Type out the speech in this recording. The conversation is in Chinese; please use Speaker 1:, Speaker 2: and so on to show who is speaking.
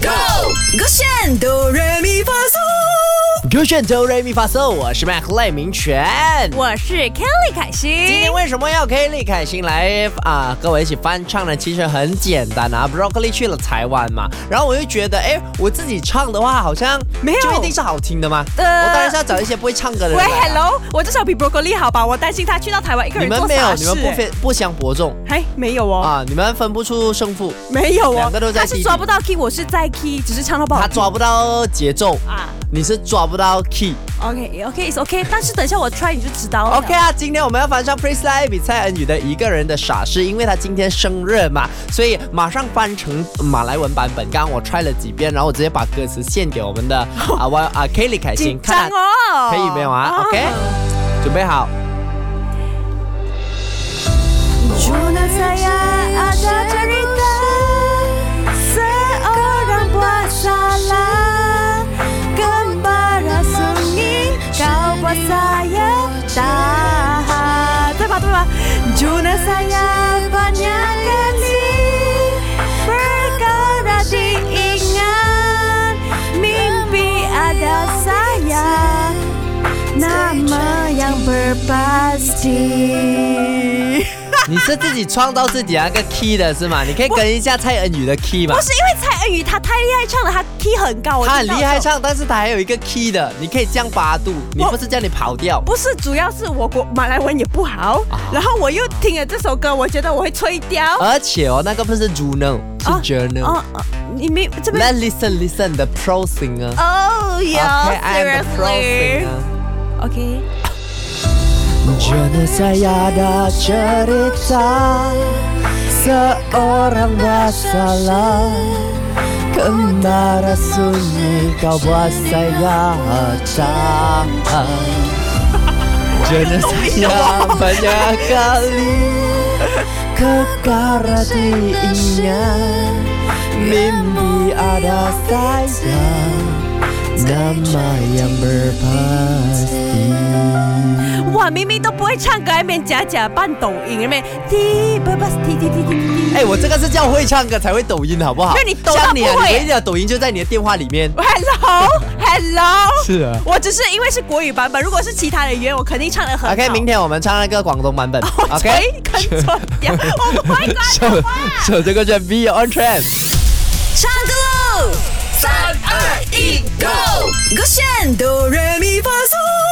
Speaker 1: Go，勾选哆来咪发嗦，
Speaker 2: 歌选 Do Re Mi Fa So，我是 Mac 赖明全。
Speaker 3: 我是 Kelly 凯欣。
Speaker 2: 今天为什么要 Kelly 凯欣来啊？跟我一起翻唱呢？其实很简单啊，Broccoli 去了台湾嘛，然后我就觉得，哎，我自己唱的话好像
Speaker 3: 没有
Speaker 2: 就一定是好听的吗？
Speaker 3: 呃
Speaker 2: 我当然是要找一些不会唱歌的人
Speaker 3: 喂
Speaker 2: 来。
Speaker 3: ，Hello，我至少比 Broccoli 好吧？我担心他去到台湾一个
Speaker 2: 你
Speaker 3: 人
Speaker 2: 们
Speaker 3: 做
Speaker 2: 没有，
Speaker 3: 傻
Speaker 2: 你
Speaker 3: 事。
Speaker 2: 们不分不相伯仲
Speaker 3: 哎，没有哦，
Speaker 2: 啊，你们分不出胜负，
Speaker 3: 没有哦
Speaker 2: 两个都，在
Speaker 3: 他是
Speaker 2: key
Speaker 3: 抓不到 key，我是在 key，只是唱到不好
Speaker 2: 他
Speaker 3: 听。
Speaker 2: 抓不到节奏，
Speaker 3: 啊
Speaker 2: 你是抓不到 key。
Speaker 3: ，OK OK is OK，但是等一下我 try 你就知道了。
Speaker 2: OK 啊，今天我们要翻唱 Prince Lai 比蔡恩宇的一个人的傻事，因为他今天生日嘛，所以马上翻成马来文版本。刚刚我 try 了几遍，然后我直接把歌词献给我们 的啊我啊 Kelly 凯欣，
Speaker 3: 紧张
Speaker 2: 看
Speaker 3: 哦，
Speaker 2: 他可以没有啊？OK，准备好。
Speaker 3: Juna saya ada cerita Seorang buat salah Gembara sunyi Kau buat saya tahan Tepat, tepat Juna saya banyak kali Berkara diingat Mimpi ada saya Nama yang berpasti
Speaker 2: 你是自己创造自己那个 key 的是吗？你可以跟一下蔡恩宇的 key 吗
Speaker 3: 不？是因为蔡恩宇她太厉害唱了，她 key 很高，我
Speaker 2: 他很
Speaker 3: 知道
Speaker 2: 厉害
Speaker 3: 这种。
Speaker 2: 唱，但是他还有一个 key 的，你可以降八度，你
Speaker 3: 我
Speaker 2: 不是叫你跑调。
Speaker 3: 不是，主要是我国马来文也不好，
Speaker 2: 啊
Speaker 3: 然后我又听了这首歌，我觉得我会吹掉。
Speaker 2: 而且哦，那个不是 Juno，是
Speaker 3: 啊
Speaker 2: Journal。
Speaker 3: 哦，哦你没这边
Speaker 2: Let listen listen the pro singer.
Speaker 3: 哦
Speaker 2: Okay, I am the pro
Speaker 3: ，yeah，seriously。
Speaker 2: singer.
Speaker 3: OK，
Speaker 2: Jono saya ada cerita seorang masalah kembara sunyi kau buat saya cacat. Jono saya banyak kali kekara diingat mimpi ada saya nama yang berpasti.
Speaker 3: 哇，明明都不会唱歌，还面假假扮抖音，那边滴不不滴滴滴滴滴。
Speaker 2: 哎、我这个是叫会唱歌才会抖音，好不好？
Speaker 3: 那你抖到
Speaker 2: 像你、啊，
Speaker 3: 不会
Speaker 2: 你唯一的抖音就在你的电话里面。
Speaker 3: Hello，Hello，
Speaker 2: 是啊
Speaker 3: 我只是因为是国语版本，如果是其他的语言，我肯定唱的很好。
Speaker 2: OK，明天我们唱那个广 东版本。
Speaker 3: 我
Speaker 2: OK，
Speaker 3: 哦吹跟错掉，Oh 我不会管
Speaker 2: 手手 这个叫 Be on trend。
Speaker 1: 唱歌喽！三二一，Go，勾选哆来咪发嗦。